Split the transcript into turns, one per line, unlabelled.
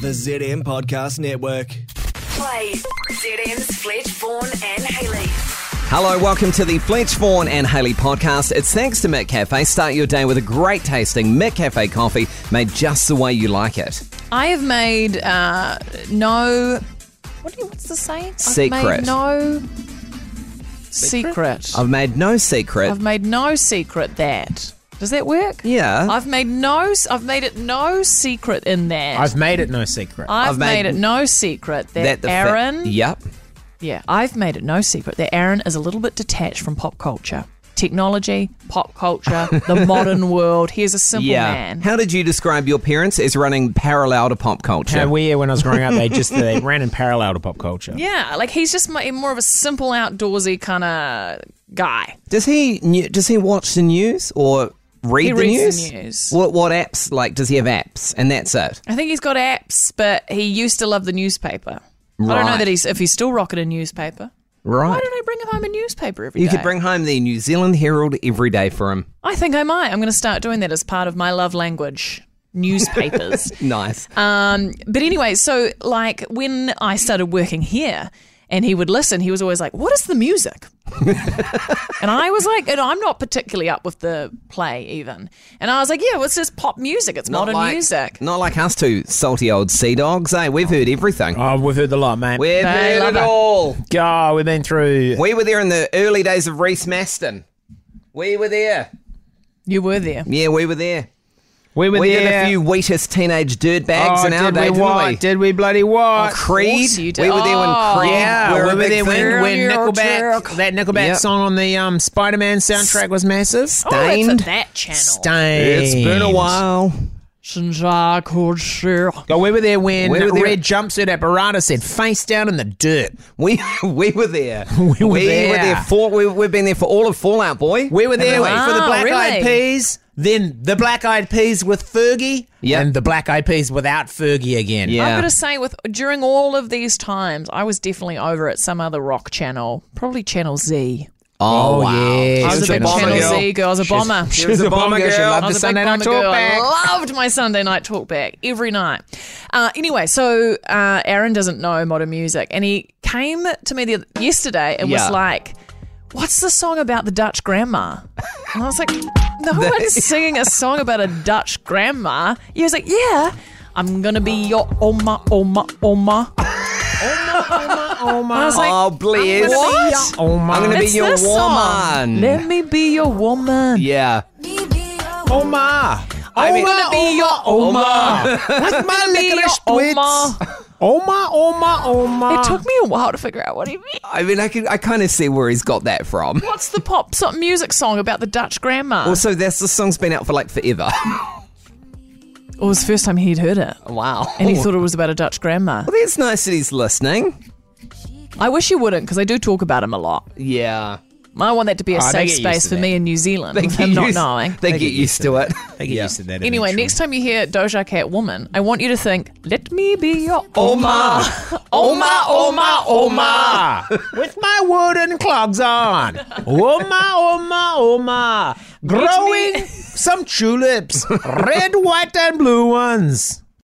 The ZM Podcast Network.
Play ZM's Fletch, Vaughan, and Haley.
Hello, welcome to the Fletch Fawn and Haley podcast. It's thanks to Mick Cafe. Start your day with a great tasting Mick Cafe coffee made just the way you like it.
I have made uh, no. What do you, what's the saying? I've
Secret.
made no secret.
I've made no secret.
I've made no secret that. Does that work?
yeah.
I've made no. s- I've made it no secret in that.
I've made it no secret.
I've
I've made-
made, it no secret that,
the fa-
Aaron. Oh,
yep.
Yeah, I've made it no secret that Aaron is a little bit detached from pop culture, technology, pop culture, the modern world. He is a simple
Yeah.
man.
How did you describe your parents as running parallel to pop culture?
How we, when I was growing up, they just they ran in parallel to pop culture.
Yeah, like he's just my, more of a simple outdoorsy kind of guy.
does he kn- does he watch the news or read
He
the
reads
news?
the news.
What what apps like does he have apps and that's it?
I think he's got apps, but he used to love the newspaper. I don't know
Right.
that he's if he's still rocking a newspaper. Why
Right.
don't I bring home a newspaper every day?
You could bring home the New Zealand Herald every day for him.
I think I might. I'm going to start doing that as part of my love language. Newspapers.
Nice.
Um, but anyway, so like when I started working here and he would listen, he was always like, What is the music? and I was like, and I'm not particularly up with the play even. And I was like, Yeah, well, it's just pop music. It's modern
like,
music.
Not like us two salty old sea dogs, eh? We've heard everything.
Oh, we've heard the lot, mate.
We've
They love
heard it
it.
all.
oh, we've been through.
We were there in the early days of Reese Maston. We were there.
You were there.
Yeah, we were there.
We were
We
there.
had a few wheatest teenage dirtbags
oh,
in our
did
day,
we
didn't
what?
we?
Did we bloody what?
Creed.
course
We were
you
there
did.
when
Oh.
Creed.
yeah,
were a
we were
big
there
thing.
when, when
You're
Nickelback,
jerk.
that Nickelback
Yep.
song on the um, Spider-Man soundtrack was massive.
Oh,
Stained.
it's at that channel.
Stained.
It's been a while.
Since I could see.
Oh, we were there when
We were there-
Red Jumpsuit Apparatus said face down in the dirt.
We we were there.
We were there.
for we, we've been there for all of Fallout Boy.
We were there
Wow,
for the Black Eyed
"Ah, really?
Peas, then the Black Eyed Peas with Fergie,
Yeah.
and the Black Eyed Peas without Fergie again.
Yeah.
I've got to say, with during all of these times, I was definitely over at some other rock channel, probably Channel Z.
Oh,
Oh,
wow.
yeah.
I
She
was a big
bomber
Channel
girl.
Z girl. I was a bomber.
She was a bomber
She
girl.
loved
I
the
was a
Sunday
Oh, big
Night
bomber girl.
Talkback.
I loved my Sunday night talk back every night. Uh, anyway, so uh, Aaron doesn't know modern music, and he came to me the other, yesterday and
Yeah.
was like, "What's the song about the Dutch grandma?" And I was like, "No one's singing a song about a Dutch grandma." He was like, "Yeah, I'm gonna be your oma, oma, oma."
Oh my!
I was like,
Oh, please.
I'm gonna be your-
Oh my!
I'm gonna be
It's
your
this song.
woman.
Let me be your woman.
Yeah.
oh my!
I mean-
gonna be your
Oma. With my licorice
Oma.
twits. Oh my! Oh my! Oh my!
It took me a while to figure out what he meant.
I mean, I can I kind of see where he's got that from.
What's the pop song music song about the Dutch grandma?
Also, that's the song's been out for like forever.
it was the first time he'd heard it,
wow.
and he thought it was about a Dutch grandma.
Well, that's nice that he's listening.
I wish you wouldn't, because I do talk about him a lot.
Yeah.
I want that to be a
Oh, they
safe
get used
space
to
for
that.
me in New Zealand,
They
with
get
him not
used-
knowing.
They, get, used to it.
I get used to that.
Anyway,
eventually.
next time you hear Doja Cat Woman, I want you to think, let me be your
Oma.
Oma, Oma, Oma, with my wooden clogs on. Oma, Oma, Oma, growing some tulips, red, white, and blue ones.